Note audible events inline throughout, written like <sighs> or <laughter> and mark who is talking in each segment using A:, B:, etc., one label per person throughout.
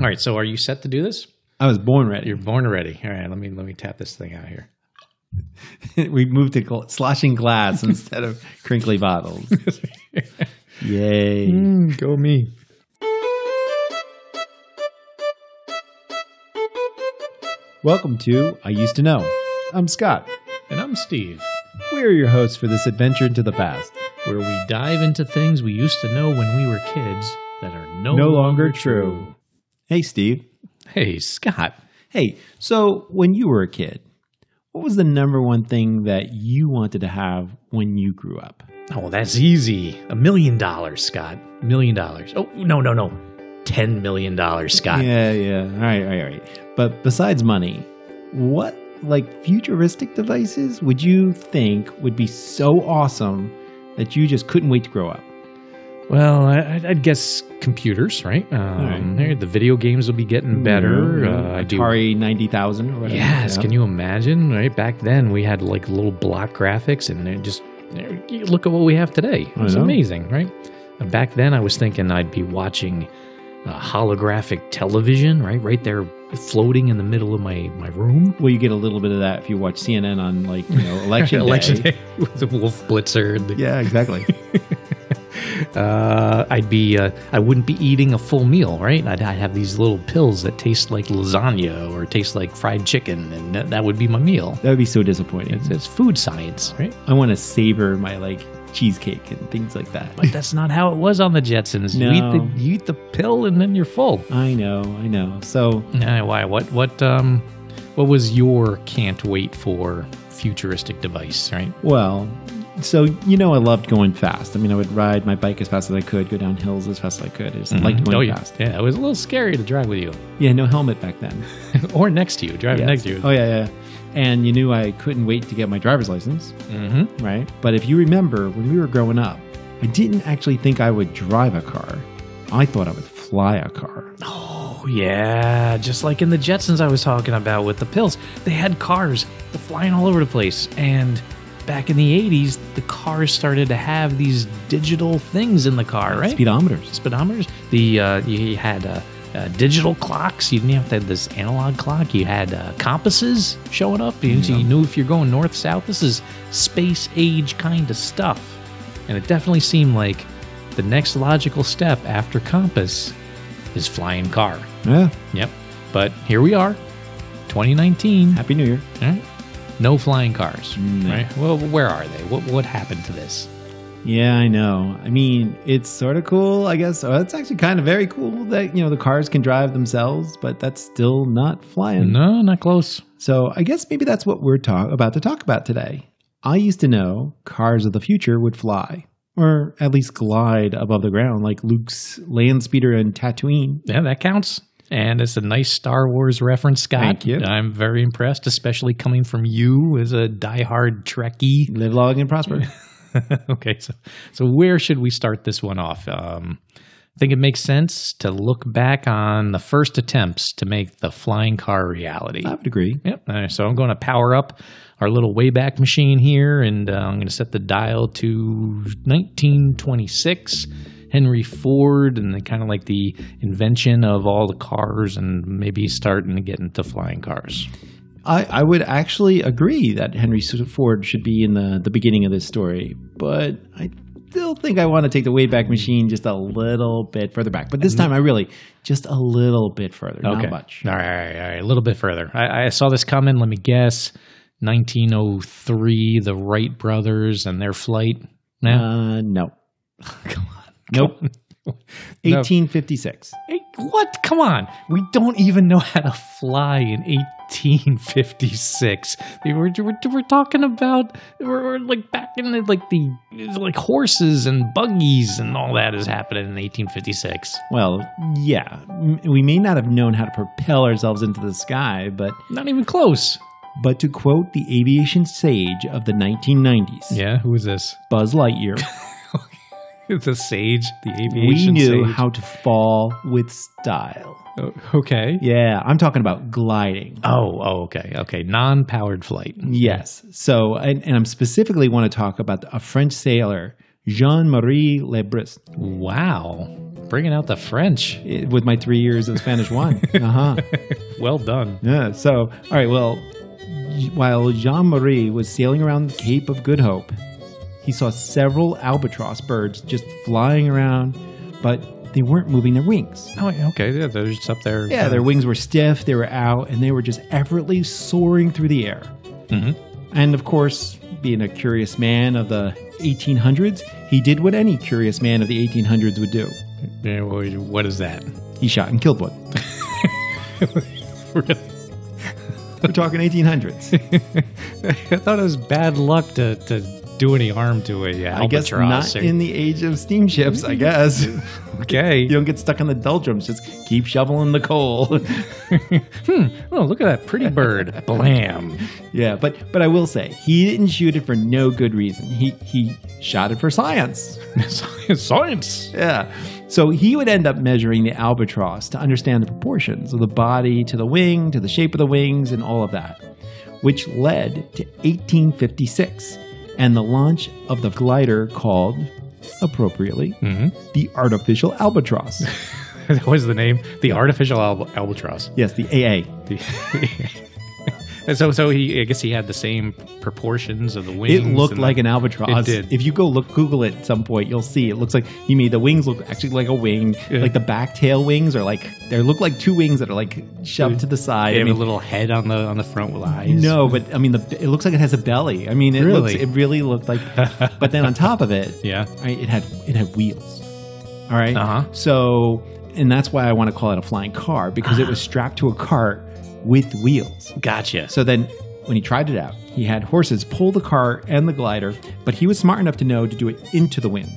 A: All right. So are you set to do this?
B: I was born ready.
A: You're born ready. All right. Let me let me tap this thing out here.
B: <laughs> we moved to gl- sloshing <laughs> glass instead of crinkly bottles. <laughs> Mm, Yay.
A: go me.
B: Welcome to I Used to Know. I'm Scott.
A: <laughs> And I'm Steve,
B: We are your hosts for this adventure into the past.
A: where we dive into things we used to know when we were kids that are no,
B: No longer true. Hey, Steve.
A: Hey, Scott.
B: Hey, so when you were a kid, what was the number one thing that you wanted to have when you grew up?
A: Oh, that's easy. A million dollars, Scott. A million dollars. Oh, no, no, no. Ten million dollars, Scott.
B: Yeah, yeah. All right, all right, all right. But besides money, what like futuristic devices would you think would be so awesome that you just couldn't wait to grow up?
A: Well, I, I'd- I'd guess computers, right? Um, The video games will be getting better.
B: You know,
A: Uh, I do
B: Atari ninety thousand or whatever.
A: Yes,
B: yeah.
A: can you imagine? Right back then, we had like little block graphics, and it just you look at what we have today.
B: I
A: It's
B: know.
A: amazing, right? And back then, I was thinking I'd be watching uh, holographic television, right, right there, floating in the middle of my my room.
B: Well, you get a little bit of that if you watch CNN on like you know
A: <laughs>
B: election
A: Election day with the Wolf Blitzer. and the-
B: Yeah,
A: <laughs>
B: exactly.
A: Uh, I'd be uh, I wouldn't be eating a full meal, right? I'd, I'd have these little pills that taste like lasagna or taste like fried chicken, and that, that would be my meal.
B: that would be so disappointing.
A: It's, it's food science, right?
B: I want to savor my like cheesecake and things like
A: <laughs>
B: that.
A: But that's not how it was on the Jetsons. You, eat
B: No.
A: the, you eat the pill and then you're full.
B: I know, I know. So
A: Nah, why? What? What? Um, what was your can't wait for futuristic device? Right?
B: Well, so you know, I loved going fast. I mean, I would ride my bike as fast as I could, go down hills as fast as I could. I just liked going
A: oh yeah,
B: fast.
A: yeah. It was a little scary to drive with you, <laughs>
B: Yeah, no helmet back then.
A: or next to you, driving
B: Yes.
A: next to you.
B: Oh yeah, yeah. And you knew I couldn't wait to get my driver's license,
A: hmm
B: right? But if you remember, when we were growing up, I didn't actually think I would drive a car. I thought I would fly a car.
A: Oh yeah, just like in the Jetsons I was talking about with the pills. They had cars that flying all over the place, and back in the '80s, the cars started to have these digital things in the car, right?
B: Speedometers.
A: speedometers. The uh, you, you had uh, uh, digital clocks. You didn't have to have this analog clock. You had uh, compasses showing up. You, so you knew if you're going north south. This is space age kind of stuff, and it definitely seemed like the next logical step after compass is flying car.
B: Yeah.
A: Yep. But here we are, 2019.
B: Happy New Year.
A: All right. No flying cars,
B: No.
A: right? Well, where are they? What what happened to this?
B: Yeah, I know. I mean, it's sort of cool, I guess. Oh, it's actually kind of very cool that, you know, the cars can drive themselves, but that's still not flying.
A: No, not close.
B: So I guess maybe that's what we're talk- about to talk about today. I used to know cars of the future would fly, or at least glide above the ground, like Luke's land speeder in Tatooine.
A: Yeah, that counts. And it's a nice Star Wars reference, Scott.
B: Thank you.
A: I'm very impressed, especially coming from you as a diehard Trekkie. <laughs>
B: Live long and prosper.
A: okay, so so where should we start this one off? Um, I think it makes sense to look back on the first attempts to make the flying car a reality.
B: I would agree.
A: Yep. All right, so I'm going to power up our little Wayback Machine here, and uh, I'm going to set the dial to 1926. Henry Ford and the, kind of like the invention of all the cars and maybe starting to get into flying cars.
B: I, I would actually agree that Henry S- Ford should be in the, the beginning of this story, but I still think I want to take the Wayback Machine just a little bit further back. But this time I really, just a little bit further, not much.
A: All right, all right, all right. A little bit further. I, I saw this coming. Let me guess. 1903, the Wright brothers and their flight. Now,
B: Uh, no.
A: <laughs> come on.
B: Nope.
A: <laughs>
B: 1856.
A: Hey, what? Come on. We don't even know how to fly in 1856. They were, we're, we're talking about we're, we're like back in the, like the like horses and buggies and all that is happening in 1856.
B: Well, yeah. M- We may not have known how to propel ourselves into the sky, but
A: Not even close.
B: but to quote the aviation sage of the 1990s,
A: Yeah, who is this? <laughs>
B: Buzz Lightyear,
A: the sage, the
B: we
A: aviation
B: knew
A: sage.
B: how to fall with style.
A: Oh, okay.
B: Yeah, I'm talking about gliding.
A: Oh, oh, okay, okay. Non-powered flight.
B: Yes. So, and, and I'm specifically want to talk about a French sailor, Jean Marie Lebris.
A: Wow. Bringing out the French.
B: eh, with my three years of Spanish wine.
A: <laughs>
B: Uh huh.
A: Well done.
B: Yeah. So, all right. Well, while Jean Marie was sailing around the Cape of Good Hope, he saw several albatross birds just flying around, but they weren't moving their wings.
A: Oh, okay. Yeah, they're just up there.
B: Yeah, their wings were stiff, they were out, and they were just effortlessly soaring through the air.
A: Mhm.
B: And of course, being a curious man of the 1800s, he did what any curious man of the 1800s would do
A: Yeah, well, What is that?
B: he shot and killed one.
A: Really?
B: We're talking 1800s.
A: I thought it was bad luck to, to do any harm to a uh,
B: I guess
A: albatross
B: not
A: or- Mm.
B: in the age of steamships, I guess.
A: <laughs> okay.
B: <laughs> You don't get stuck in the doldrums. Just keep shoveling the coal. <laughs>
A: Hmm. Oh, look at that pretty bird. Blam. <laughs>
B: yeah, but but I will say he didn't shoot it for no good reason. He he shot it for science. <laughs>
A: Science.
B: Yeah. So he would end up measuring the albatross to understand the proportions of the body to the wing, to the shape of the wings, and all of that, which led to 1856 and the launch of the glider called, appropriately,
A: Mm-hmm.
B: the Artificial Albatross. <laughs>
A: What was the name? The artificial alb- albatross.
B: yes, the AA.
A: The- And so, so he. I guess he had the same proportions of the wings.
B: It looked
A: and
B: like
A: the-
B: an albatross.
A: It did.
B: If you go look Google it at some point, you'll see it looks like he made the wings look actually like a wing.
A: Yeah.
B: Like the back tail wings are like they look like two wings that are like shoved to the side.
A: They
B: I
A: have
B: mean,
A: a little head on the on the front with eyes.
B: No, but I mean, the, it looks like it has a belly. I mean, it
A: Really?
B: looks, it really
A: <laughs>
B: looked like. but then on top of it,
A: Yeah.
B: right, it had it had wheels. All right.
A: Uh-huh.
B: So, and that's why I want to call it a flying car because it was
A: <sighs>
B: strapped to a cart with wheels.
A: Gotcha.
B: So then, when he tried it out, he had horses pull the car and the glider, but he was smart enough to know to do it into the wind.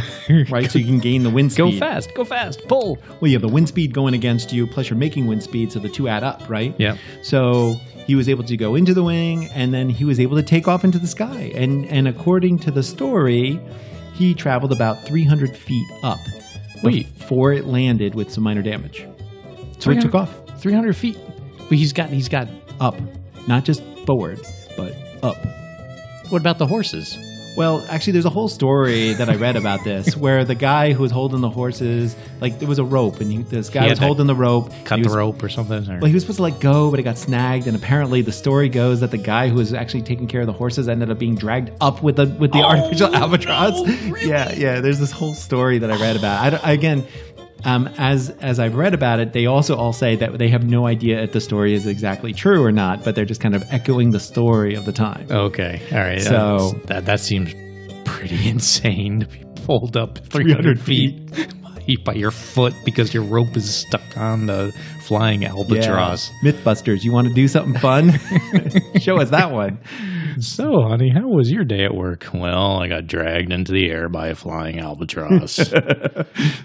A: <laughs>
B: right, so you can gain the wind
A: go
B: speed.
A: fast. Go fast. Pull.
B: Well, you have the wind speed going against you, plus you're making wind speed, so the two add up, right?
A: Yep.
B: So he was able to go into the wing, and then he was able to take off into the sky. And and according to the story, he traveled about 300 feet up
A: Wait.
B: before it landed with some minor damage. So it took off
A: Three hundred feet. But he's got. He's got.
B: up, not just forward, but up.
A: What about the horses?
B: Well, actually, there's a whole story that I read about
A: <laughs>
B: this, where the guy who was holding the horses, like there was a rope, and he, this guy
A: He had
B: was
A: to
B: holding the rope. and
A: Cut
B: he
A: the
B: was
A: rope or something. Or?
B: Well, he was supposed to let go, but it got snagged, and apparently the story goes that the guy who was actually taking care of the horses ended up being dragged up with the with
A: Oh,
B: the artificial <laughs> albatross. Yeah, yeah. There's this whole story that I read about. I don't- I, again, um, as as I've read about it, they also all say that they have no idea if the story is exactly true or not, but they're just kind of echoing the story of the time.
A: Okay. All right.
B: So-
A: That's- that that seems pretty <laughs> insane to be pulled
B: <laughs>
A: up 300 feet <laughs> by your foot because your rope is stuck on the flying
B: Yeah.
A: albatross.
B: MythBusters, you want to do something fun? <laughs> Show us that one.
A: So, honey, how was your day at work? Well, I got dragged into the air by a flying
B: <laughs>
A: albatross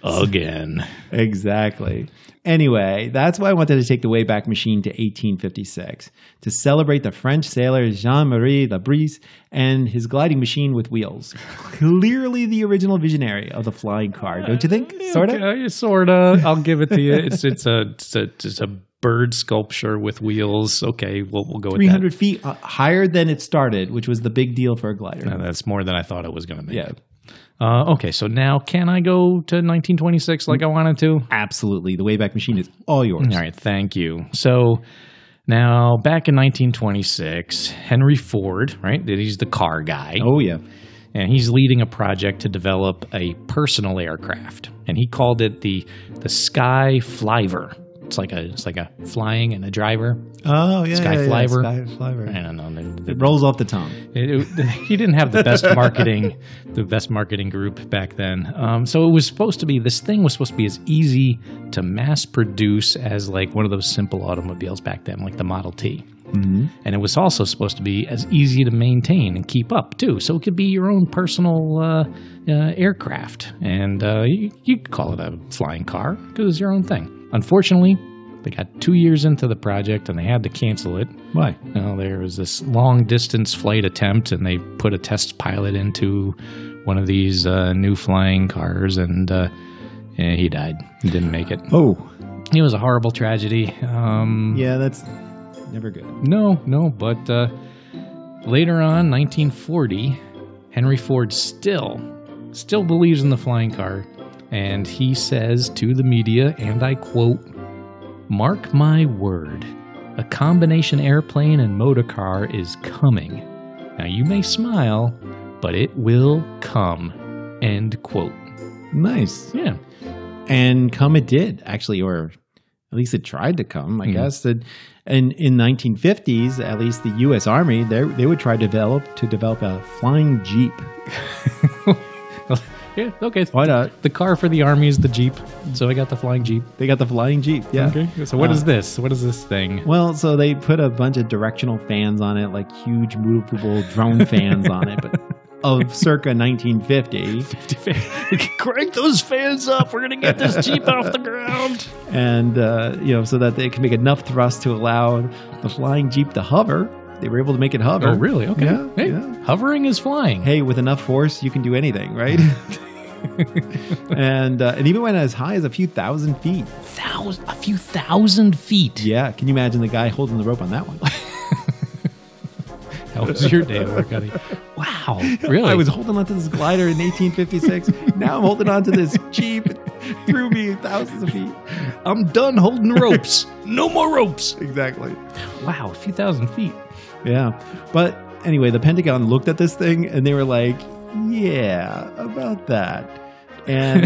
A: again.
B: Exactly. Anyway, that's why I wanted to take the Wayback Machine to 1856 to celebrate the French sailor Jean Marie Labrise and his gliding machine with wheels. Clearly, the original visionary of the flying car, don't you think? Sort of.
A: Okay, sorta. I'll give it to you. It's it's a it's a, it's a bird sculpture with wheels. Okay, we'll we'll go with that.
B: 300 feet uh, higher than it started, which was the big deal for a glider.
A: Now, that's more than I thought it was going to be.
B: Yeah,
A: Uh, okay, so now can I go to 1926 like I wanted to?
B: absolutely. The Wayback Machine is all yours.
A: All right, thank you. So now back in 1926, Henry Ford, right? that He's the car guy,
B: Oh, yeah.
A: and he's leading a project to develop a personal aircraft, and he called it the the Sky Flyver. It's like a it's like a flying and a driver.
B: Oh, yeah.
A: Sky yeah, yeah. Flyver. Sky I
B: Flyver.
A: don't know. the- the-
B: It rolls off the tongue.
A: It, it- <laughs> he didn't have the best marketing, the best marketing group back then. Um, so it was supposed to be this thing was supposed to be as easy to mass produce as like one of those simple automobiles back then, like the Model T. Mm-hmm. And it was also supposed to be as easy to maintain and keep up too. So it could be your own personal uh, uh, aircraft, and uh, you, you could call it a flying car because it was your own thing. Unfortunately, they got two years into the project and they had to cancel it.
B: Why?
A: Well, there was this long distance flight attempt, and they put a test pilot into one of these uh, new flying cars, and uh, yeah, he died. He didn't make it.
B: Oh,
A: It was a horrible tragedy. Um,
B: yeah, that's never good.
A: No, no, but uh, later on, 1940, Henry Ford still, still believes in the flying car. And he says to the media, and I quote, Mark my word, a combination airplane and motor car is coming. Now you may smile, but it will come. End quote.
B: Nice.
A: Yeah.
B: and come it did actually or at least it tried to come i
A: Mhm.
B: guess and and in 1950s at least the us army they, they would try to develop to develop a flying jeep
A: yeah. Okay.
B: why not
A: The car for the army is the Jeep. So I got the flying Jeep.
B: uh, they got the flying jeep yeah
A: Okay. So what is
B: Uh,
A: this? What is this thing?
B: well so they put a bunch of directional fans on it like huge movable drone fans on it <laughs> but of circa 1950
A: <laughs> Crank those fans up. We're going to get this Jeep off the ground.
B: and uh, you know so that they can make enough thrust to allow the flying jeep to hover they were able to make it hover
A: Oh, really? Okay.
B: Yeah,
A: hey,
B: yeah.
A: hovering is flying.
B: hey, with enough force, you can do
A: <laughs>
B: anything, right? <laughs> and uh, and even went as high as a few thousand feet.
A: Thousand, a few thousand feet.
B: Yeah, can you imagine the guy holding the rope on that one?
A: How was your day, Marcotti? <laughs> Wow. Really?
B: I was holding onto this glider in 1856. now I'm holding onto this jeep. It Threw me thousands of
A: <laughs>
B: feet.
A: I'm done holding ropes. no more ropes.
B: Exactly.
A: Wow, a few thousand feet.
B: Yeah, but anyway, the Pentagon looked at this thing and they were like, "Yeah, about that."
A: <laughs>
B: And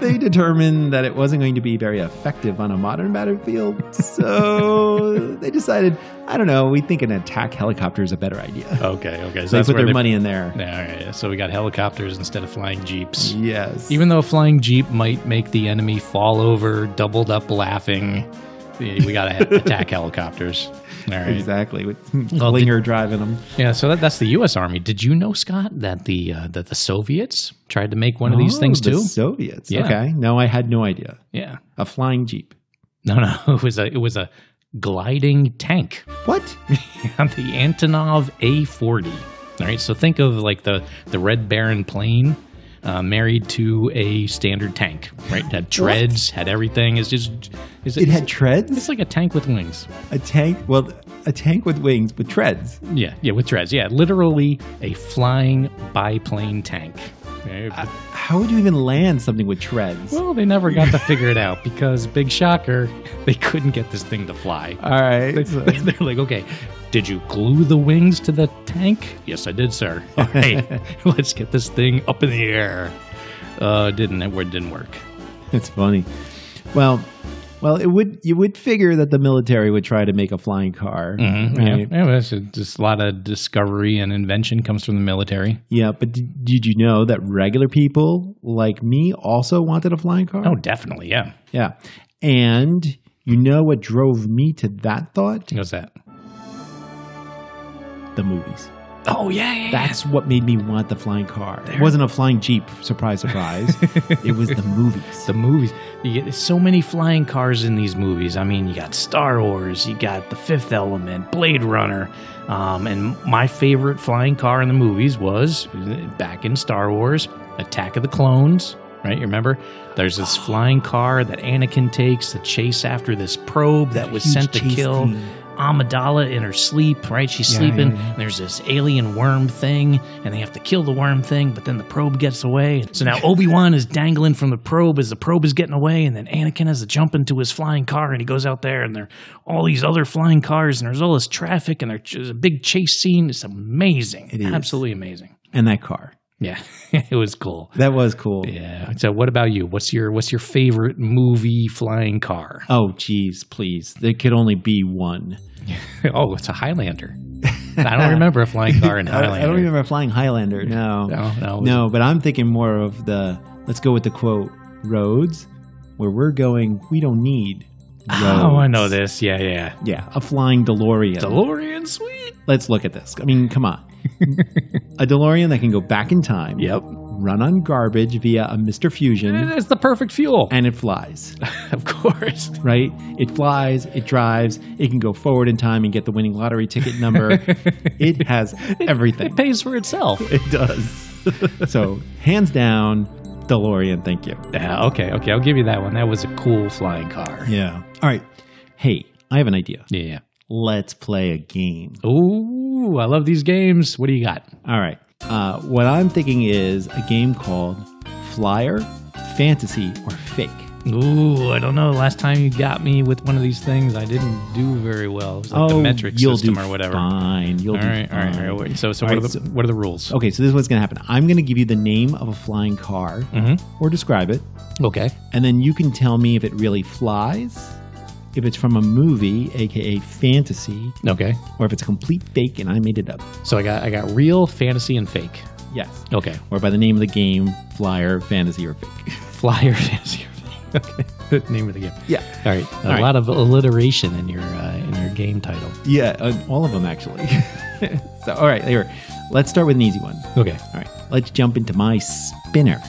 B: they determined that it wasn't going to be very effective on a modern battlefield.
A: <laughs>
B: So they decided, I don't know, we think an attack helicopter is a better idea.
A: Okay, okay. So
B: So they
A: that's
B: put
A: where
B: their
A: they-
B: money in there.
A: Yeah, all right. So we got helicopters instead of flying jeeps.
B: Yes.
A: Even though a flying jeep might make the enemy fall over, doubled up laughing, we got <laughs> to attack helicopters. All right.
B: exactly with
A: Well, did-
B: Linger driving them.
A: Yeah, so that, that's the U.S. Army. Did you know, Scott, that the uh, that the Soviets tried to make one of these things
B: Oh, the
A: too?
B: Soviets.
A: Yeah.
B: Okay. No, I had no idea.
A: Yeah.
B: A flying jeep.
A: No, no, <laughs> it was a it was a gliding tank. <laughs>
B: What?
A: on the Antonov A40. All right, so think of like the the Red Baron plane uh, married to a standard tank, right? It had treads, had everything. It's just it's,
B: It had
A: it's,
B: treads.
A: it's like a tank with wings.
B: A tank. Well, a tank with wings with treads.
A: Yeah, yeah, with treads. Yeah, literally a flying biplane tank. Yeah, but-
B: How would you even land something with treads?
A: well, they never got to figure it out because big shocker, <laughs> they couldn't get this thing to fly. <laughs>
B: All right. so-
A: They're like, okay, did you glue the wings to the tank? Yes, I did, sir. <laughs> All right, let's get this thing up in the air. Uh, didn't it? Didn't work.
B: <laughs> It's funny. Well, well, it would you would figure that the military would try to make a flying car,
A: Mm-hmm, Yeah,
B: right?
A: yeah well, it's just a lot of discovery and invention comes from the military.
B: Yeah, but did, did you know that regular people like me also wanted a flying car?
A: Oh, definitely, yeah.
B: yeah. And you know what drove me to that thought?
A: What's that?
B: The movies.
A: Oh yeah, yeah. yeah.
B: That's what made me want the flying car. It wasn't a flying jeep,
A: <laughs>
B: surprise, surprise. it was the movies.
A: the movies. You get so many flying cars in these movies. I mean, you got Star Wars, you got The Fifth Element, Blade Runner, um, and my favorite flying car in the movies was back in Star Wars, Attack of the Clones. Right, you remember? There's
B: Oh.
A: this flying car that Anakin takes to chase after this probe that was
B: Huge
A: sent to
B: chase
A: kill
B: scene.
A: Amidala in her sleep, right? She's
B: Yeah,
A: sleeping.
B: yeah, yeah.
A: And there's this alien worm thing, and they have to kill the worm thing, but then the probe gets away. So now Obi Wan is dangling from the probe as the probe is getting away, and then Anakin has to jump into his flying car, and he goes out there, and there are all these other flying cars, and there's all this traffic, and there's a big chase scene. It's amazing.
B: It is.
A: Absolutely amazing.
B: And that car.
A: Yeah, <laughs> it was cool.
B: That was cool.
A: Yeah. So, what about you? What's your What's your favorite movie flying car? <laughs>
B: Oh, geez, please. There could only be one.
A: oh, it's a Highlander. I don't remember a flying car in
B: <laughs> I don't-
A: Highlander.
B: I don't remember a flying Highlander. No.
A: No, no, it was-
B: No, but I'm thinking more of the let's go with the quote roads where we're going, we don't need roads.
A: Oh, I know this. Yeah, yeah.
B: Yeah, a flying DeLorean.
A: DeLorean, sweet.
B: let's look at this. I mean,
A: <laughs>
B: come on. a DeLorean that can go back in time,
A: Yep.
B: run on garbage via a Mr. Fusion,
A: That's the perfect fuel.
B: and it flies,
A: Mm-hmm. <laughs> of course.
B: right? It flies, it drives, it can go forward in time and get the winning lottery ticket
A: <laughs>
B: number. it has everything.
A: It pays for itself. <laughs>
B: It does. so, hands down, DeLorean, thank you.
A: Yeah, okay, okay. I'll give you that one. That was a cool flying car.
B: Yeah. All right. Hey, I have an idea.
A: Yeah.
B: Let's play a game.
A: Ooh, I love these games. What do you got?
B: All right. Uh, what I'm thinking is a game called Flyer, fantasy, or fake?
A: Ooh, I don't know. Last time you got me with one of these things, I didn't do very well. It was like the metric
B: Oh, you'll
A: system
B: do
A: or whatever.
B: Fine. You'll
A: All
B: do
A: right, all right,
B: fine.
A: all right. So, so,
B: All
A: what,
B: right,
A: are the, what are the rules?
B: Okay, so this is what's going to happen. I'm going to give you the name of a flying car
A: Mm-hmm.
B: or describe it,
A: Oh, Okay.
B: and then you can tell me if it really flies, if it's from a movie, aka fantasy,
A: Okay.
B: or if it's a complete fake and I made it up.
A: So I got I got real, fantasy, and fake.
B: Yes.
A: Okay. <laughs>
B: Or by the name of the game, flyer, fantasy, or fake.
A: Flyer, fantasy, or fake. Okay. <laughs> Name of the game.
B: <laughs> Yeah.
A: All right. A
B: right.
A: lot of alliteration in your uh, in your game title.
B: Yeah, uh, all of them actually. <laughs> so, all right, here. Let's start with an easy one.
A: Okay.
B: All right, let's jump into my spinner.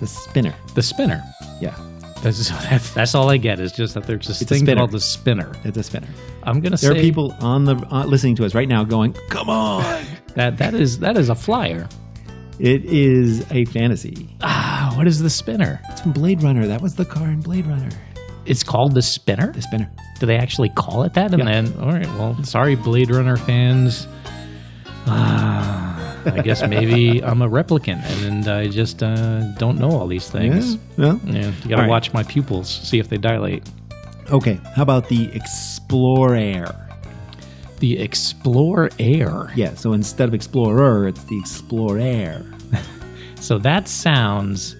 B: The spinner.
A: The spinner.
B: Yeah,
A: That's <laughs> that's, that's all I get is just that there's this
B: It's a
A: thing
B: spinner.
A: called the spinner.
B: it's a spinner.
A: I'm gonna
B: There
A: say
B: are people on the uh, listening to us right now going, "Come <laughs> on!"
A: that that is that is a flyer.
B: it is a fantasy.
A: Ah, what is the spinner?
B: It's from Blade Runner. That was the car in Blade Runner.
A: It's called the spinner.
B: The spinner.
A: Do they actually call it that? And
B: Yeah.
A: then, all right, well, sorry, Blade Runner fans. Ah, I guess
B: <laughs>
A: maybe I'm a replicant and, I just uh, don't know all these things.
B: Yeah. Well,
A: Yeah, you got to
B: All right.
A: watch my pupils, see if they dilate.
B: okay. How about the explorer?
A: The Explore Air.
B: Yeah. So instead of explorer, it's the explorer.
A: So that sounds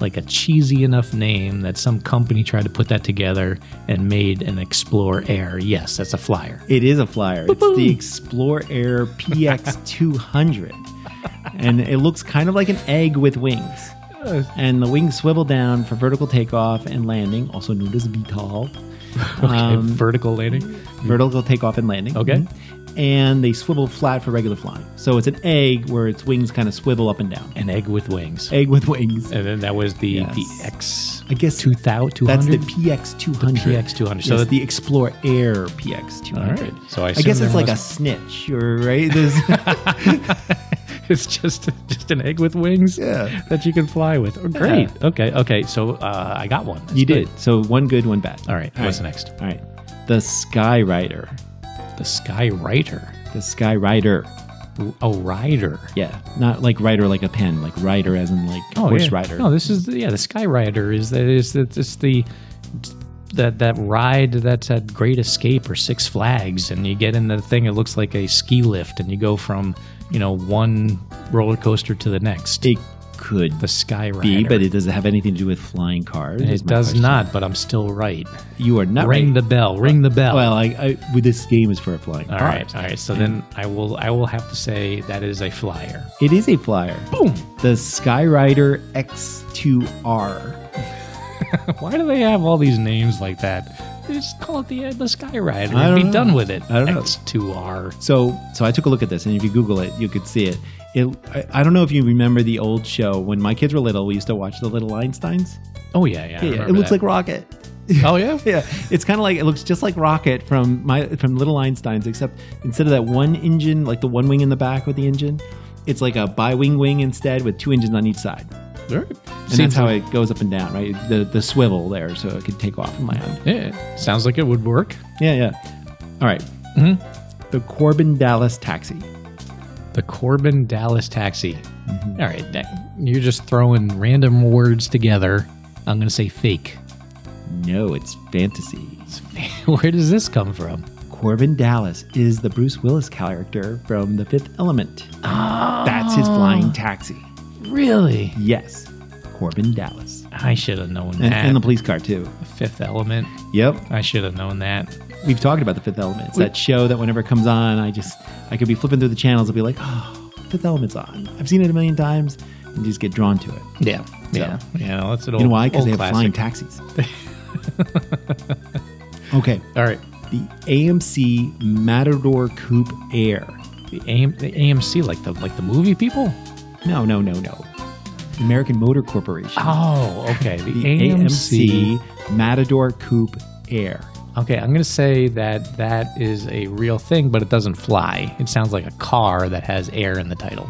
A: like a cheesy enough name that some company tried to put that together and made an Explore Air. Yes, that's a flyer.
B: It is a flyer. It's the Explore Air PX200. and it looks kind of like an egg with wings. And the wings swivel down for vertical takeoff and landing, also known as VTOL.
A: <laughs> okay,
B: Um,
A: vertical landing.
B: vertical takeoff and landing.
A: Okay.
B: Mhm. And they swivel flat for regular flying. So it's an egg where its wings kind of swivel up and down.
A: An egg with wings.
B: Egg with wings.
A: And then that was the,
B: Yes.
A: the X.
B: I guess
A: 2000, 200?
B: that's the
A: <laughs>
B: PX200.
A: PX200. So
B: Yes,
A: that-
B: the Explore Air PX200.
A: All right. So I
B: I guess
A: assume
B: it's
A: there
B: like
A: must-
B: a snitch, or right? There's-
A: <laughs> it's just just an egg with wings
B: Yeah.
A: that you can fly with. Oh, great. Okay. Okay. So uh, I got one. That's
B: You
A: good.
B: did. So one good, one bad.
A: All right. what's next?
B: All right. The Sky Rider.
A: The Sky Rider.
B: The Sky Rider.
A: Oh, rider.
B: Yeah. Not like rider like a pen, like rider as in like horse
A: Oh, yeah.
B: rider.
A: No, this is the, yeah. The Sky Rider is that is that it's the that that ride that's at Great Escape or Six Flags, and you get in the thing. It looks like a ski lift, and you go from you know one roller coaster to the next.
B: It could
A: the Sky Rider.
B: be, but it doesn't have anything to do with flying cars. is
A: It
B: my
A: does
B: question.
A: not, but I'm still right.
B: You are not
A: Ring the
B: right.
A: bell. Ring the bell.
B: well, I, I with this game is for a flying
A: all
B: car.
A: right, all right. So then I will I will have to say that is a flyer.
B: It is a flyer.
A: Boom. <laughs>
B: The Sky Rider X2R.
A: Why do they have all these names like that? They just call it the uh, the Sky Rider
B: I
A: and be
B: don't know.
A: done with it.
B: I don't know.
A: X2R.
B: So, so I took a look at this, and if you Google it, you could see it. It, I, I don't know if you remember the old show when my kids were little. We used to watch the Little Einsteins.
A: Oh yeah, yeah. I
B: Yeah,
A: remember
B: it looks
A: that.
B: like Rocket.
A: oh yeah.
B: <laughs> Yeah, it's kind of like it looks just like Rocket from my from Little Einsteins, except instead of that one engine, like the one wing in the back with the engine, it's like a bi-wing wing instead with two engines on each side,
A: All right.
B: and
A: Seems
B: that's how
A: like-
B: it goes up and down, right? The the swivel there, so it could take off and land.
A: Yeah, sounds like it would work.
B: Yeah, yeah. All right. The Corbin Dallas taxi.
A: The Corbin Dallas Taxi.
B: Mm-hmm.
A: All right, that, you're just throwing random words together. I'm gonna say fake. <laughs>
B: No, it's fantasy.
A: Where does this come from?
B: Corbin Dallas is the Bruce Willis character from The Fifth Element.
A: Ah,
B: That's his flying taxi.
A: Really?
B: Yes, Corbin Dallas.
A: I should have known
B: and,
A: that.
B: and the police car too.
A: Fifth Element.
B: Yep,
A: I should have known that.
B: we've talked about the Fifth Element. It's that show that whenever it comes on, I just I could be flipping through the channels and be like, oh, Fifth Element's on. I've seen it a million times, and just get drawn to it.
A: Yeah. Yeah.
B: Yeah.
A: Yeah. Well, that's an old.
B: You know why? Because
A: Because
B: they have flying taxis. <laughs> okay,
A: All right.
B: the AMC Matador Coupe Air.
A: The, AM, the AMC, like the like the movie people.
B: No, no, no, no. American Motor Corporation.
A: Oh, okay. The,
B: the
A: AMC.
B: AMC Matador Coupe Air.
A: Okay, I'm gonna say that that is a real thing, but it doesn't fly. It sounds like a car that has air in the title.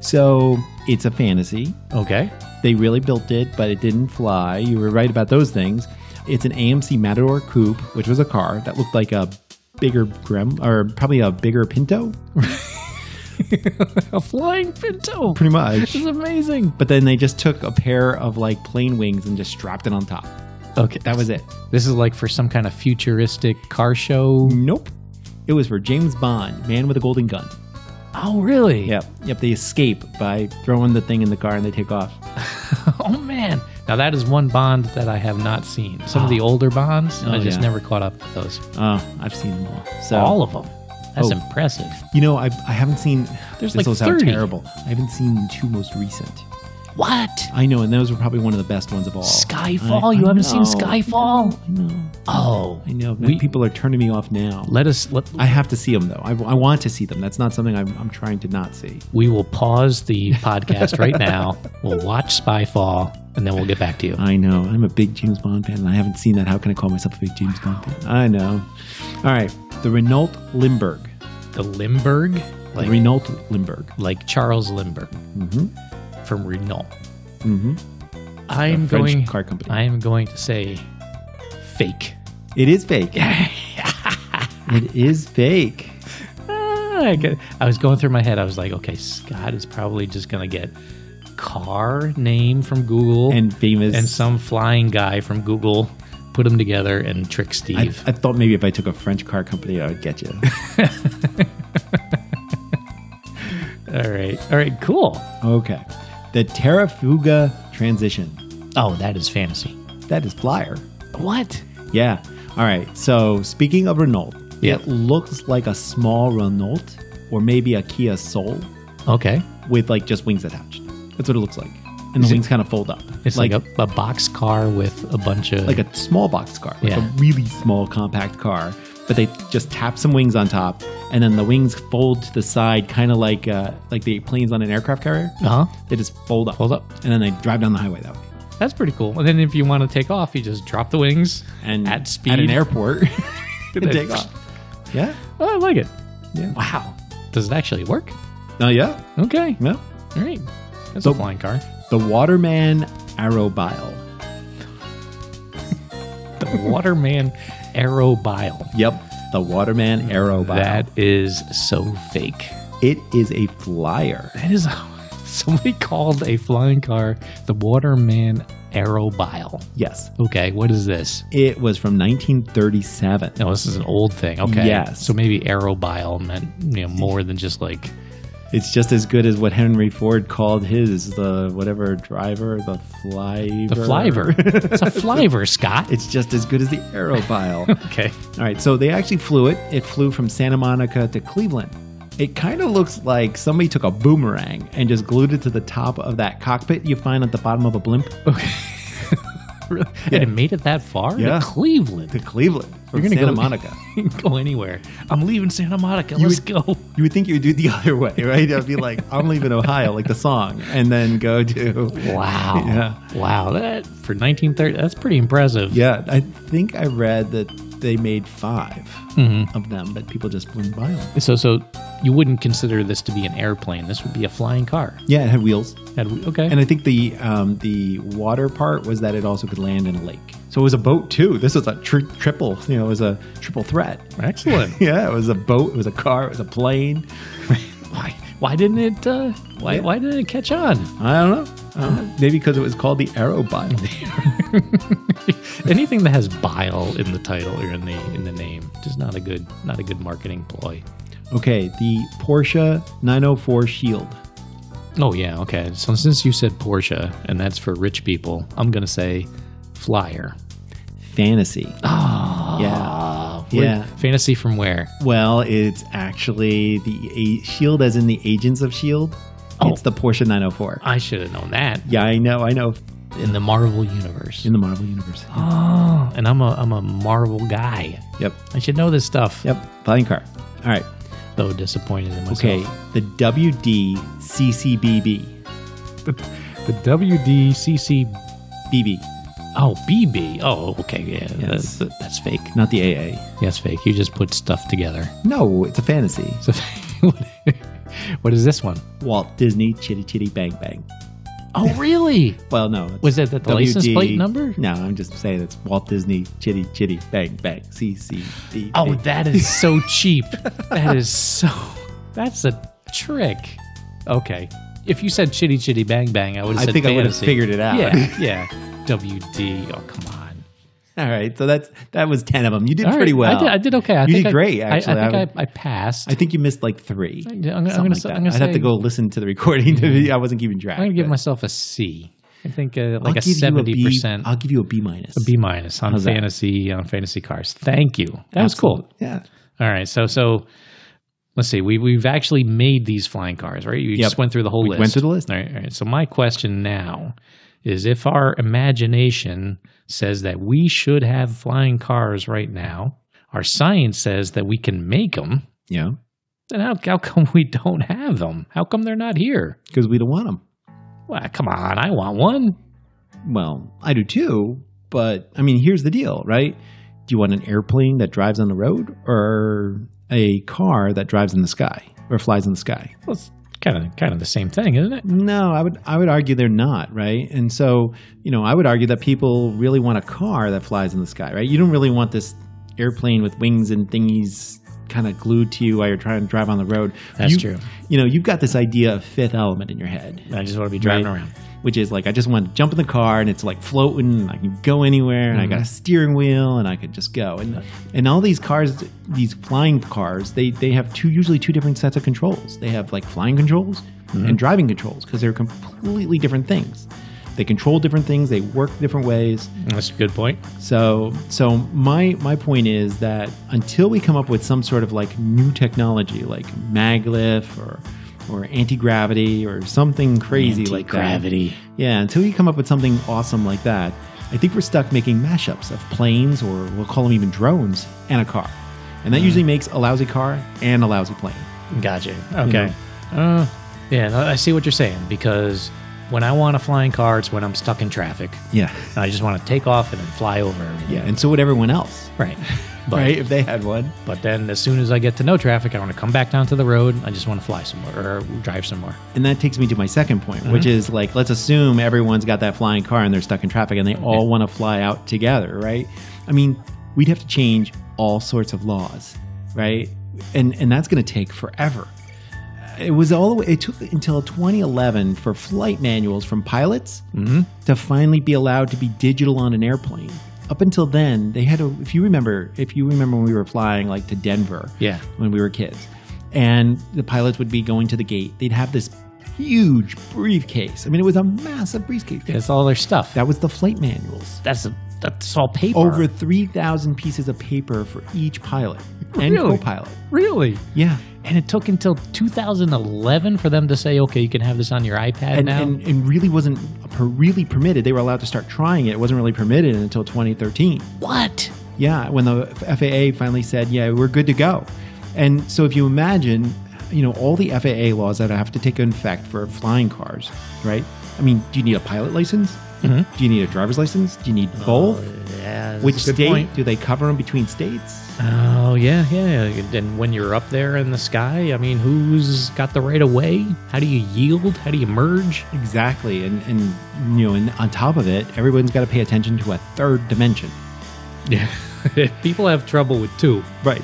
B: So it's a fantasy.
A: Okay.
B: They really built it, but it didn't fly. You were right about those things. It's an AMC Matador Coupe, which was a car that looked like a bigger Grem or probably a bigger Pinto.
A: <laughs> a flying pinto.
B: pretty
A: <laughs>
B: much.
A: This is amazing.
B: But then they just took a pair of like plane wings and just strapped it on top.
A: Okay,
B: That was it.
A: This is like for some kind of futuristic car show.
B: Nope. It was for James Bond, Man with a Golden Gun.
A: Oh, <laughs> really?
B: Yep. Yep. They escape by throwing the thing in the car and they take off.
A: Oh man. Now that is one Bond that I have not seen. Some of the older Bonds, I
B: Ah. Oh,
A: just
B: yeah.
A: never caught up with those.
B: Oh, I've seen them all. So
A: All of them. That's
B: Oh.
A: impressive.
B: you know, I, I haven't seen.
A: There's
B: There's
A: like
B: like
A: 30.
B: terrible. I haven't seen the two most recent.
A: What?
B: I know, and those were probably one of the best ones of all.
A: Skyfall?
B: I- I
A: you haven't seen
B: know.
A: Skyfall?
B: I know.
A: Oh.
B: I know.
A: We-
B: people are turning me off now.
A: Let us let
B: I have to see them though. I, I want to see them. That's not something I'm, I'm trying to not see.
A: we will pause the podcast right
B: <laughs>
A: now. We'll watch Spyfall and then we'll get back to you.
B: I know. I'm a big James Bond fan, and I haven't seen that. How can I call myself a big James Bond fan? I know. All right. The Renault Limburg.
A: The Limburg?
B: The
A: Like
B: Renault Limburg.
A: like Charles Lindbergh
B: Mm-hmm.
A: from Renault.
B: Mm-hmm.
A: I'm
B: French
A: going
B: car company.
A: I am going to say fake.
B: It is <laughs> fake. it is fake.
A: Ah, I, get- I was going through my head. I was like, okay, Scott is probably just going to get car name from Google and,
B: And famous.
A: some flying guy from Google, put them together and trick
B: I,
A: Steve.
B: I thought maybe if I took a French car company, I would get you.
A: all right. All right. Cool.
B: okay. The Terrafuga transition.
A: Oh, that is fantasy.
B: That is flyer.
A: What?
B: Yeah. All right. So speaking of Renault,
A: Yeah.
B: it looks like a small Renault or maybe a Kia Soul
A: Okay.
B: with like just wings attached. That's what it looks like. And the
A: it-
B: wings kind of fold up.
A: It's like, a, a box car with a bunch of.
B: like a small box car, like
A: Yeah.
B: a really small compact car. But they just tap some wings on top, and then the wings fold to the side, kind of like uh, like the planes on an aircraft carrier.
A: uh huh.
B: They just fold up,
A: Fold up.
B: and then they drive down the highway that way.
A: That's pretty cool. And then if you want to take off, you just drop the wings
B: And
A: at speed.
B: at an airport,
A: <laughs> and
B: <laughs> they
A: then-
B: take off. Yeah,
A: Oh, I like it.
B: yeah.
A: Wow. Does it actually work?
B: Oh yeah,
A: Okay.
B: no.
A: All right. That's a
B: So-
A: flying car.
B: The Waterman Arrowbile.
A: The Waterman Arrow <laughs> Bile.
B: Yep, the Waterman Arrowbile.
A: That is so fake.
B: it is a flyer.
A: That is <laughs> somebody called a flying car the Waterman Arrow Bile.
B: Yes,
A: Okay, what is this?
B: it was from 1937.
A: No, this is an old thing. Okay.
B: Yes.
A: So maybe Arrow Bile meant you know more than just like
B: It's just as good as what Henry Ford called his the whatever driver, the flyver.
A: the flyver. <laughs> It's a flyver, Scott.
B: it's just as good as the
A: <laughs>
B: aerobile.
A: Okay.
B: All right, so they actually flew it. It flew from Santa Monica to Cleveland. It kind of looks like somebody took a boomerang and just glued it to the top of that cockpit you find at the bottom of a blimp
A: And it made it that far
B: Yeah.
A: to Cleveland. <laughs>
B: to Cleveland from
A: You're gonna
B: Santa
A: go-
B: Monica.
A: go anywhere. I'm leaving Santa Monica. Let's go.
B: <laughs> You would think you would do it the other way, right? I'd be like, I'm leaving Ohio, like the song, and then go to.
A: <laughs> Wow.
B: Yeah.
A: Wow. That for 1930. That's pretty impressive.
B: Yeah, I think I read that they made 5
A: Mhm.
B: of them that people just blew by on.
A: So, so you wouldn't consider this to be an airplane. This would be a flying car.
B: Yeah, it had wheels,
A: Had we- okay.
B: and I think the um, the water part was that it also could land in a lake. So it was a boat too. This was a tri- triple, you know, it was a triple threat. <laughs>
A: <laughs> Excellent.
B: Yeah, it was a boat, it was a car, it was a plane.
A: why, why didn't it? Uh, why,
B: Yeah.
A: why didn't it catch on?
B: I don't know. I don't know. Maybe because it was called the Aerobot. <laughs>
A: Anything that has bile in the title or in the in the name, just not a good not a good marketing ploy.
B: okay, the Porsche 904 Shield.
A: Oh yeah. Okay. So since you said Porsche and that's for rich people, I'm gonna say flyer.
B: Fantasy.
A: Ah.
B: Yeah.
A: Where-
B: Yeah.
A: Fantasy from where?
B: Well, it's actually the a- Shield, as in the Agents of Shield.
A: Oh.
B: It's the Porsche 904.
A: I should have known that.
B: yeah, I know, I know.
A: In the Marvel universe.
B: In the Marvel universe. Ah.
A: Oh, and I'm a I'm a Marvel guy.
B: Yep.
A: I should know this stuff.
B: Yep. Flying car. All right.
A: So disappointed in myself.
B: Okay. The WDCCBB.
A: The WDCC.
B: BB.
A: Oh, BB. Oh, okay. Yeah,
B: Yes.
A: that- that's fake.
B: Not the AA.
A: Yes, fake. You just put stuff together. <laughs>
B: No, it's a fantasy.
A: So, <laughs> what- what is this one?
B: Walt Disney Chitty Chitty Bang Bang.
A: Oh, really?
B: Well, no. it's
A: Was it that the license plate number?
B: No, I'm just saying it's Walt Disney Chitty Chitty Bang Bang. CCBB. <laughs>
A: Oh, that is so cheap. That is so. That's a trick. Okay. If you said chitty chitty bang bang, I would have
B: I
A: said
B: think I would have
A: fantasy.
B: figured it out.
A: Yeah, yeah. WD. Oh, come on.
B: <laughs> All right. So that's that was ten of them. You did
A: All
B: pretty
A: right,
B: well.
A: I did, I did okay. I
B: you
A: think
B: did
A: I-
B: great.
A: I-
B: Actually,
A: I,
B: would-
A: think I, I passed.
B: I think you missed like three.
A: I'm gonna- I'm
B: Something
A: gonna
B: like
A: say-
B: that.
A: I'm gonna
B: I'd have
A: say-
B: to go listen to the recording. To I wasn't keeping track.
A: I'm gonna give
B: but
A: myself a C. I think uh,
B: I'll
A: like a
B: give you
A: seventy
B: B-
A: percent
B: I'll give you a B minus.
A: B minus on
B: How's that?
A: fantasy on fantasy cars. Thank you. That was cool.
B: Yeah.
A: All right. So so let's see. We we've actually made these flying cars, right? You just went through the whole
B: We
A: list.
B: went through the list.
A: All right, all right. So my question now is if our imagination says that we should have flying cars right now, our science says that we can make them,
B: Yeah.
A: then how, how come we don't have them? How come they're not here?
B: Because we don't want them.
A: Well, come on, I want one.
B: Well, I do too. But I mean, here's the deal, right? Do you want an airplane that drives on the road or a car that drives in the sky or flies in the sky?
A: Well, it's kind of kind of the same thing, isn't it?
B: No, I would I would argue they're not, right? And so, you know, I would argue that people really want a car that flies in the sky, right? You don't really want this airplane with wings and thingies kind of glued to you while you're trying to drive on the road.
A: That's
B: You-
A: true.
B: You know, you've got this idea of fifth element in your head
A: I just want to be
B: driving
A: around.
B: which is like I just want to jump in the car and it's like floating and I can go anywhere and I got a steering wheel and I could just go and and all these cars these flying cars they they have two usually two different sets of controls they have like flying controls and driving controls because they're completely different things they control different things they work different ways
A: That's a good point.
B: so so my my point is that until we come up with some sort of like new technology like maglev or or anti-gravity or something crazy like that yeah, until you come up with something awesome like that, I think we're stuck making mashups of planes or we'll call them even drones and a car. And that usually makes a lousy car and a lousy plane.
A: Gotcha. Okay. Uh, yeah, no, I see what you're saying because when I want a flying car, it's when I'm stuck in traffic.
B: Yeah.
A: And I just want to take off and then fly over everything.
B: Yeah. And so would everyone else. <laughs>
A: Right. But,
B: right? If they had one.
A: but then as soon as I get to no traffic, I want to come back down to the road. I just want to fly somewhere or drive somewhere.
B: And that takes me to my second point, which is like, let's assume everyone's got that flying car and they're stuck in traffic and they all want to fly out together, right? I mean, we'd have to change all sorts of laws, right? And and that's going to take forever. It was all the way. It took until 2011 for flight manuals from pilots to finally be allowed to be digital on an airplane. Up until then, they had to. If you remember, if you remember when we were flying like to Denver,
A: Yeah.
B: when we were kids. And the pilots would be going to the gate. They'd have this huge briefcase. I mean, it was a massive briefcase.
A: It's all their stuff.
B: That was the flight manuals.
A: that's a, that's all paper.
B: Over 3,000 pieces of paper for each pilot and
A: Really?
B: co pilot.
A: really.
B: Yeah.
A: And it took until 2011 for them to say, okay, you can have this on your iPad
B: And,
A: now.
B: and, and really wasn't per, really permitted. They were allowed to start trying it. It wasn't really permitted until 2013.
A: what?
B: Yeah, when the FAA finally said, "Yeah, we're good to go," and so if you imagine, you know, all the FAA laws that have to take effect for flying cars, right? I mean, do you need a pilot license? Do you need a driver's license? Do you need both?
A: Mm-hmm. Oh, Yeah, that's
B: Which
A: a good
B: state
A: point.
B: do they cover them between states?
A: Oh yeah, yeah. And when you're up there in the sky, I mean, who's got the right of way? How do you yield? How do you merge? <laughs>
B: Exactly, and and you know, and on top of it, everyone's got to pay attention to a third dimension,
A: Yeah, people have trouble with two. <laughs>
B: right?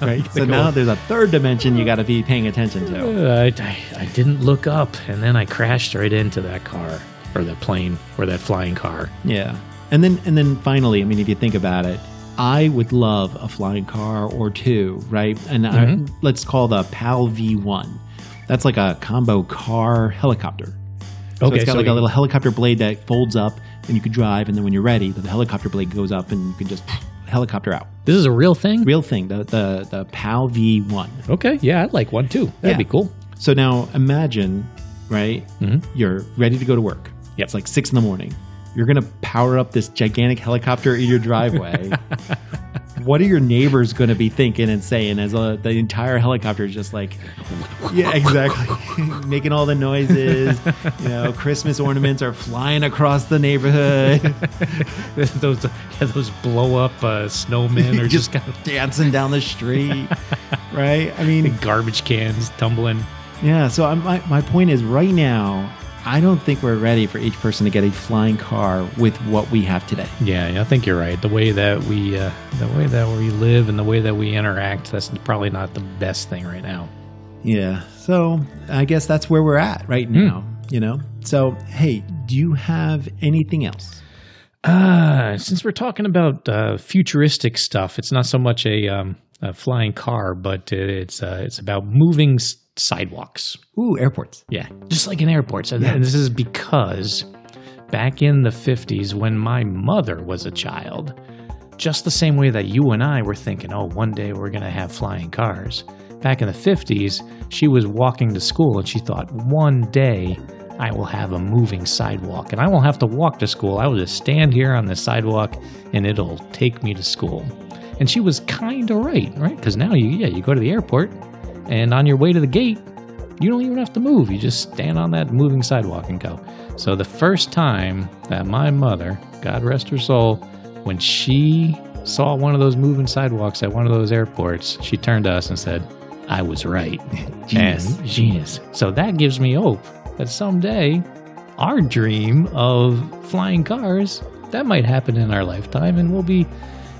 B: right. So
A: Cool.
B: now there's a third dimension you got to be paying attention to.
A: Uh, I, I, I didn't look up, and then I crashed right into that car or that plane or that flying car.
B: Yeah. And then and then finally, I mean if you think about it, I would love a flying car or two, right? And I, let's call the PAL V1. That's like a combo car helicopter. So it's got like a little helicopter blade that folds up and you can drive and then when you're ready, the helicopter blade goes up and you can just helicopter out.
A: this is a real thing.
B: Real thing, the the the PAL V1.
A: okay, yeah, I'd like one too. That'd
B: Yeah.
A: be cool.
B: So now imagine, right?
A: Mhm.
B: You're ready to go to work.
A: Yep.
B: It's like six in the morning. You're going to power up this gigantic helicopter in your
A: <laughs>
B: driveway. what are your neighbors going to be thinking and saying as uh the entire helicopter is just like, yeah, exactly, <laughs> making all the noises? You know, Christmas ornaments are flying across the neighborhood,
A: <laughs> those yeah, those blow up uh, <laughs>
B: <laughs>
A: snowmen are just kind of
B: dancing down the street, right? I mean,
A: garbage cans tumbling.
B: Yeah, so I'm, my, my point is right now, I don't think we're ready for each person to get a flying car with what we have today.
A: Yeah, yeah, I think you're right. The way that we, uh, the way that we live, and the way that we interact, that's probably not the best thing right now.
B: Yeah. So I guess that's where we're at right now, you know? So, hey, do you have anything else?
A: Uh, since we're talking about uh, futuristic stuff, it's not so much a, um, a flying car, but it's uh, it's about moving s- sidewalks.
B: Ooh, airports.
A: Yeah, just like in airports. And this is because back in the 50s, when my mother was a child, just the same way that you and I were thinking, oh, one day we're going to have flying cars. Back in the 50s, she was walking to school and she thought, one day I will have a moving sidewalk and I won't have to walk to school. I will just stand here on the sidewalk and it'll take me to school. And she was kind of right, right? Because now you, yeah, you go to the airport and on your way to the gate, you don't even have to move. You just stand on that moving sidewalk and go. So the first time that my mother, God rest her soul, when she saw one of those moving sidewalks at one of those airports, she turned to us and said, I was right. <laughs>
B: Genius.
A: And genius. So that gives me hope that someday our dream of flying cars, that might happen in our lifetime and we'll be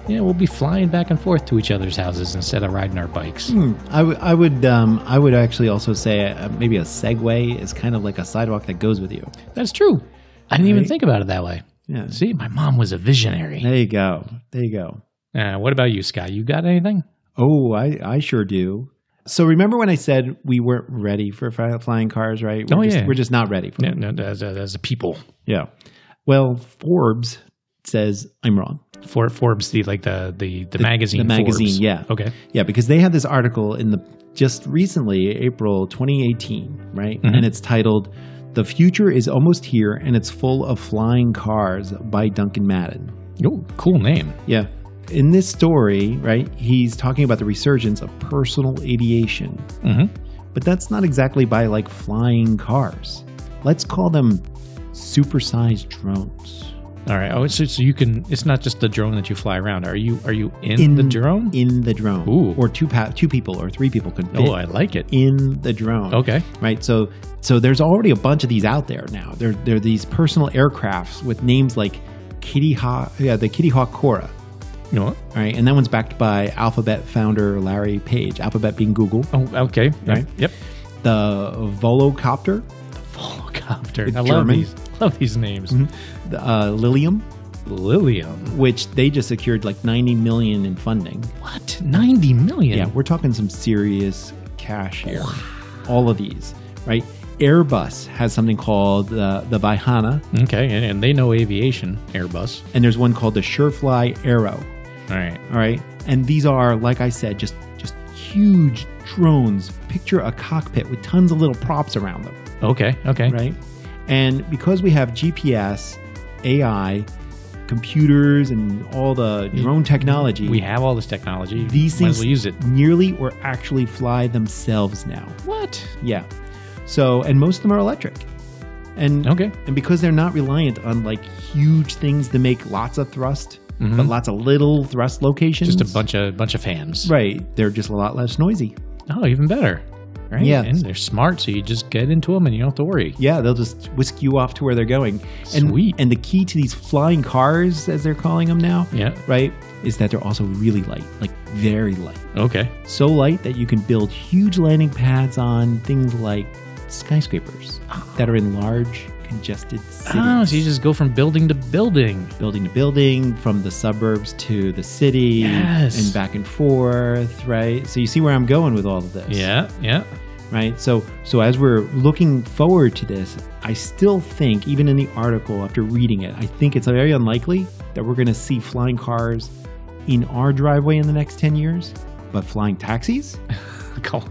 A: you know, we'll be flying back and forth to each other's houses instead of riding our bikes.
B: Hmm, I, w- I would um, I would actually also say uh, maybe a Segway is kind of like a sidewalk that goes with you.
A: That's true. I didn't even
B: Right?
A: think about it that way.
B: Yeah.
A: See, my mom was a visionary.
B: There you go. There you go.
A: Uh, what about you, Scott? You got anything?
B: Oh, I, I sure do. So remember when I said we weren't ready for fi- flying cars, right? We're
A: Oh,
B: just,
A: yeah.
B: We're just not ready for them.
A: no, as, a, as a people.
B: Yeah. Well, Forbes says I'm wrong.
A: For Forbes, the like the the, the, magazine.
B: the magazine,
A: Forbes. Oh.
B: yeah.
A: Okay.
B: Yeah, because they had this article in the just recently, April 2018, right?
A: Mhm.
B: And it's titled "The Future Is Almost Here and It's Full of Flying Cars" by Duncan Madden.
A: Oh, cool name.
B: Yeah. In this story, right, he's talking about the resurgence of personal aviation,
A: Mm-hmm.
B: but that's not exactly by like flying cars. Let's call them supersized drones.
A: All right. Oh, so, so you can. It's not just the drone that you fly around. Are you are you in, the drone?
B: In the drone.
A: Ooh.
B: Or two pa- two people or three people could fit
A: oh, I Oh. like it.
B: in the drone.
A: Okay.
B: Right. So so there's already a bunch of these out there now. There there are these personal aircrafts with names like Kitty Hawk yeah, the Kitty Hawk Cora.
A: You know what?
B: All right. And that one's backed by Alphabet founder Larry Page, Alphabet being Google.
A: Oh, okay. Yep,
B: Right.
A: Yep.
B: The Volocopter,
A: Volocopter.
B: It's
A: I love
B: German.
A: these. Love these names.
B: the, uh, Lilium,
A: Lilium.
B: which they just secured like 90 million in funding.
A: What? Ninety million.
B: Yeah, we're talking some serious cash here. All of these, right? Airbus has something called uh, the Vihana,
A: Okay. And, and they know aviation. Airbus.
B: and there's one called the Surefly Arrow.
A: All right.
B: All right, and these are, like I said, just just huge drones. Picture a cockpit with tons of little props around them,
A: Okay. Okay.
B: right? And because we have GPS, AI, computers, and all the drone technology,
A: Mm-hmm. We have all this technology.
B: These
A: Might
B: things-
A: as well use it.
B: nearly or actually fly themselves now.
A: What?
B: Yeah. So, and most of them are electric. And
A: Okay.
B: and because they're not reliant on like huge things to make lots of thrust, but lots of little thrust locations.
A: Mm-hmm. Just a bunch of bunch of fans.
B: Right. They're just a lot less noisy.
A: Oh, even better. Right?
B: Yeah.
A: And they're smart, so you just get into them and you don't have to worry.
B: Yeah, they'll just whisk you off to where they're going. And
A: Sweet.
B: and the key to these flying cars as they're calling them now,
A: Yeah.
B: right, is that they're also really light, like very light.
A: Okay.
B: So light that you can build huge landing pads on things like skyscrapers that are in large congested cities.
A: Oh, Ah. so you just go from building to building.
B: building to building, from the suburbs to the city,
A: Yes.
B: and back and forth, right? So you see where I'm going with all of this,
A: Yeah. Yeah. <laughs>
B: Right. So so as we're looking forward to this, I still think, even in the article after reading it, I think it's very unlikely that we're going to see flying cars in our driveway in the next ten years, but flying
A: <laughs>
B: taxis,
A: Cool.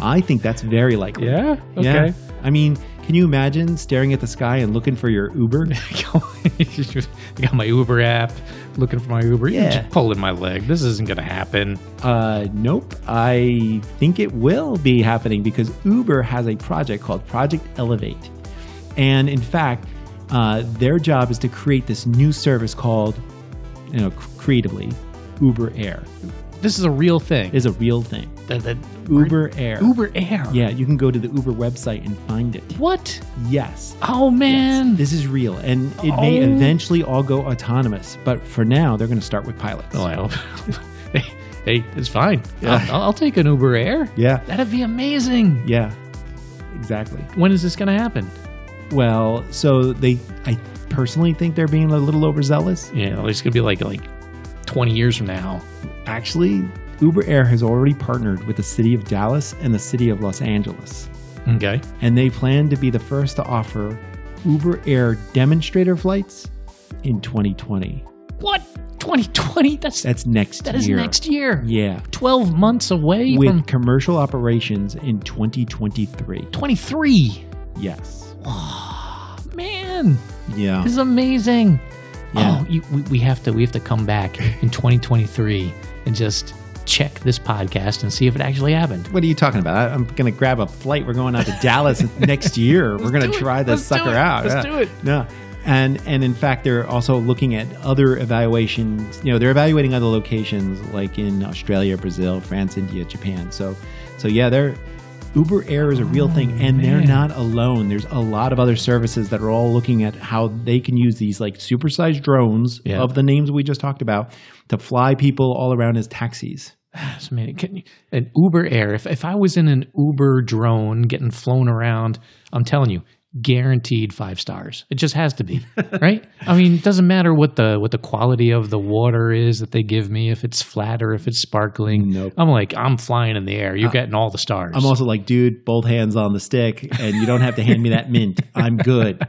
B: I think that's very likely.
A: Yeah. Okay. <laughs>
B: Yeah. I mean, can you imagine staring at the sky and looking for your Uber?
A: <laughs> I got my Uber app, looking for my Uber. You're
B: Yeah.
A: just pulling my leg. This isn't gonna happen.
B: Uh, nope. I think it will be happening because Uber has a project called Project Elevate. And in fact, uh, their job is to create this new service called, you know, cr- creatively, Uber Air
A: This is a real thing.
B: is a real thing.
A: that, that
B: Uber Air.
A: Uber Air.
B: Yeah, you can go to the Uber website and find it.
A: What?
B: Yes.
A: Oh
B: Yes,
A: man.
B: This is real. And it may
A: Oh. Oh,
B: eventually all go autonomous. But for now, they're going to start with pilots.
A: Well, <laughs> Hey, hey, it's fine.
B: Yeah.
A: I'll, I'll take an Uber Air.
B: Yeah.
A: That'd be amazing.
B: Yeah. Exactly.
A: When is this going to happen?
B: Well, so they, I personally think they're being a little overzealous.
A: Yeah, it's going to be like like 20 years from now.
B: Actually, Uber Air has already partnered with the city of Dallas and the city of Los Angeles,
A: Okay.
B: and they plan to be the first to offer Uber Air demonstrator flights in 2020.
A: What? 2020? That's
B: That's next
A: that is
B: year.
A: next year.
B: Yeah.
A: 12 months away
B: With
A: from
B: commercial operations in 2023.
A: 23.
B: Yes.
A: Man,
B: Yeah.
A: this is amazing.
B: Yeah.
A: Oh, you, we, we have to we have to come back in 2023 and just check this podcast and see if it actually happened.
B: What are you talking about? I- I'm going to grab a flight. We're going out to
A: <laughs>
B: Dallas next year. We're going
A: do
B: to
A: it.
B: try this
A: Let's do it.
B: sucker out.
A: Let's
B: yeah.
A: do it.
B: Yeah. And, and in fact, they're also looking at other evaluations. You know, they're evaluating other locations like in Australia, Brazil, France, India, Japan. So, so yeah, they're Uber Air is a real thing, and they're
A: Oh, man.
B: not alone. There's a lot of other services that are all looking at how they can use these like supersized drones
A: Yeah.
B: of the names we just talked about to fly people all around as taxis.
A: I mean, can you, an Uber Air. If if I was in an Uber drone getting flown around, I'm telling you, guaranteed five stars. It just has to <laughs> be, right? I mean, it doesn't matter what the what the quality of the water is that they give me. If it's flat or if it's sparkling,
B: Nope.
A: I'm like, I'm flying in the air. You're getting all the stars.
B: I'm also like, dude, both hands on the stick, and you don't have to hand me that mint.
A: <laughs>
B: I'm good.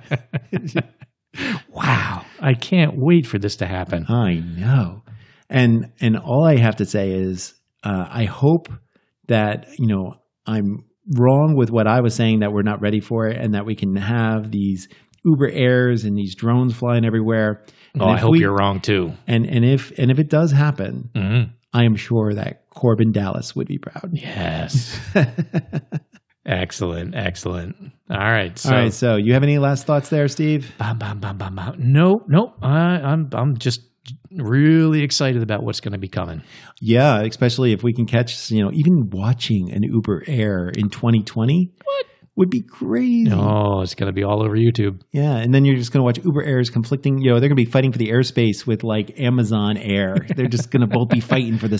A: wow, Oh, I can't wait for this to happen.
B: I know. And and all I have to say is, uh, I hope that you know I'm wrong with what I was saying that we're not ready for it, and that we can have these Uber Airs and these drones flying everywhere. And
A: Oh, I
B: if
A: hope
B: we-
A: you're wrong too.
B: And and if and if it does happen,
A: <laughs> Mhm.
B: I am sure that Corbin Dallas would be proud.
A: <laughs> Yes. excellent. Excellent. All right. So
B: all right. So, you have any last thoughts there, Steve?
A: Bam, bam, bam, bam, bam. No, no. I, I'm, I'm just really excited about what's going to be coming.
B: Yeah, especially if we can catch, you know, even watching an Uber Air in 2020
A: What?
B: would be crazy.
A: Oh, it's going to be all over YouTube.
B: Yeah, and then you're just going to watch Uber Airs conflicting. You know, they're going to be fighting for the airspace with like Amazon Air. They're just going to both be fighting for the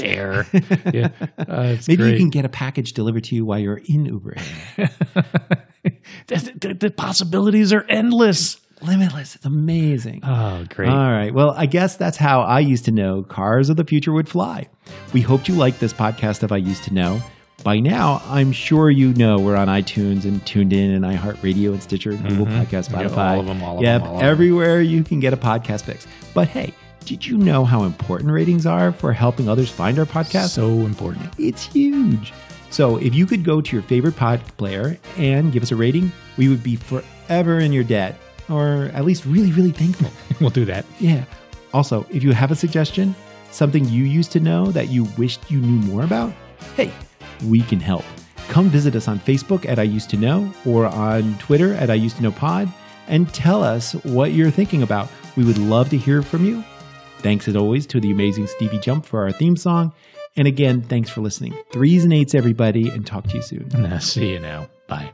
A: <laughs> Lift
B: <laughs>
A: air. yeah, uh, it's
B: Maybe
A: great.
B: you can get a package delivered to you while you're in Uber Air.
A: <laughs> the, the- the possibilities are endless.
B: Limitless. It's amazing.
A: Oh, great.
B: All right. Well, I guess that's how I used to know cars of the future would fly. We hoped you liked this podcast of I used to know. By now, I'm sure you know we're on iTunes and tuned in and iHeartRadio and Stitcher, Google Podcast,
A: Mm-hmm. Yeah, all
B: Spotify.
A: of 'em, all of 'em,
B: yep,
A: all of 'em.
B: everywhere you can get a podcast fix. But hey, did you know how important ratings are for helping others find our podcast?
A: so important.
B: It's huge. So if you could go to your favorite pod player and give us a rating, we would be forever in your debt, or at least really, really thankful.
A: We'll do that.
B: Yeah. Also, if you have a suggestion, something you used to know that you wished you knew more about, hey, we can help. Come visit us on Facebook at I Used to Know or on Twitter at I Used to Know Pod and tell us what you're thinking about. We would love to hear from you. Thanks as always to the amazing Stevie Jump for our theme song. And again, thanks for listening. Threes and eights, everybody, and talk to you soon.
A: Nah, see you now. Bye.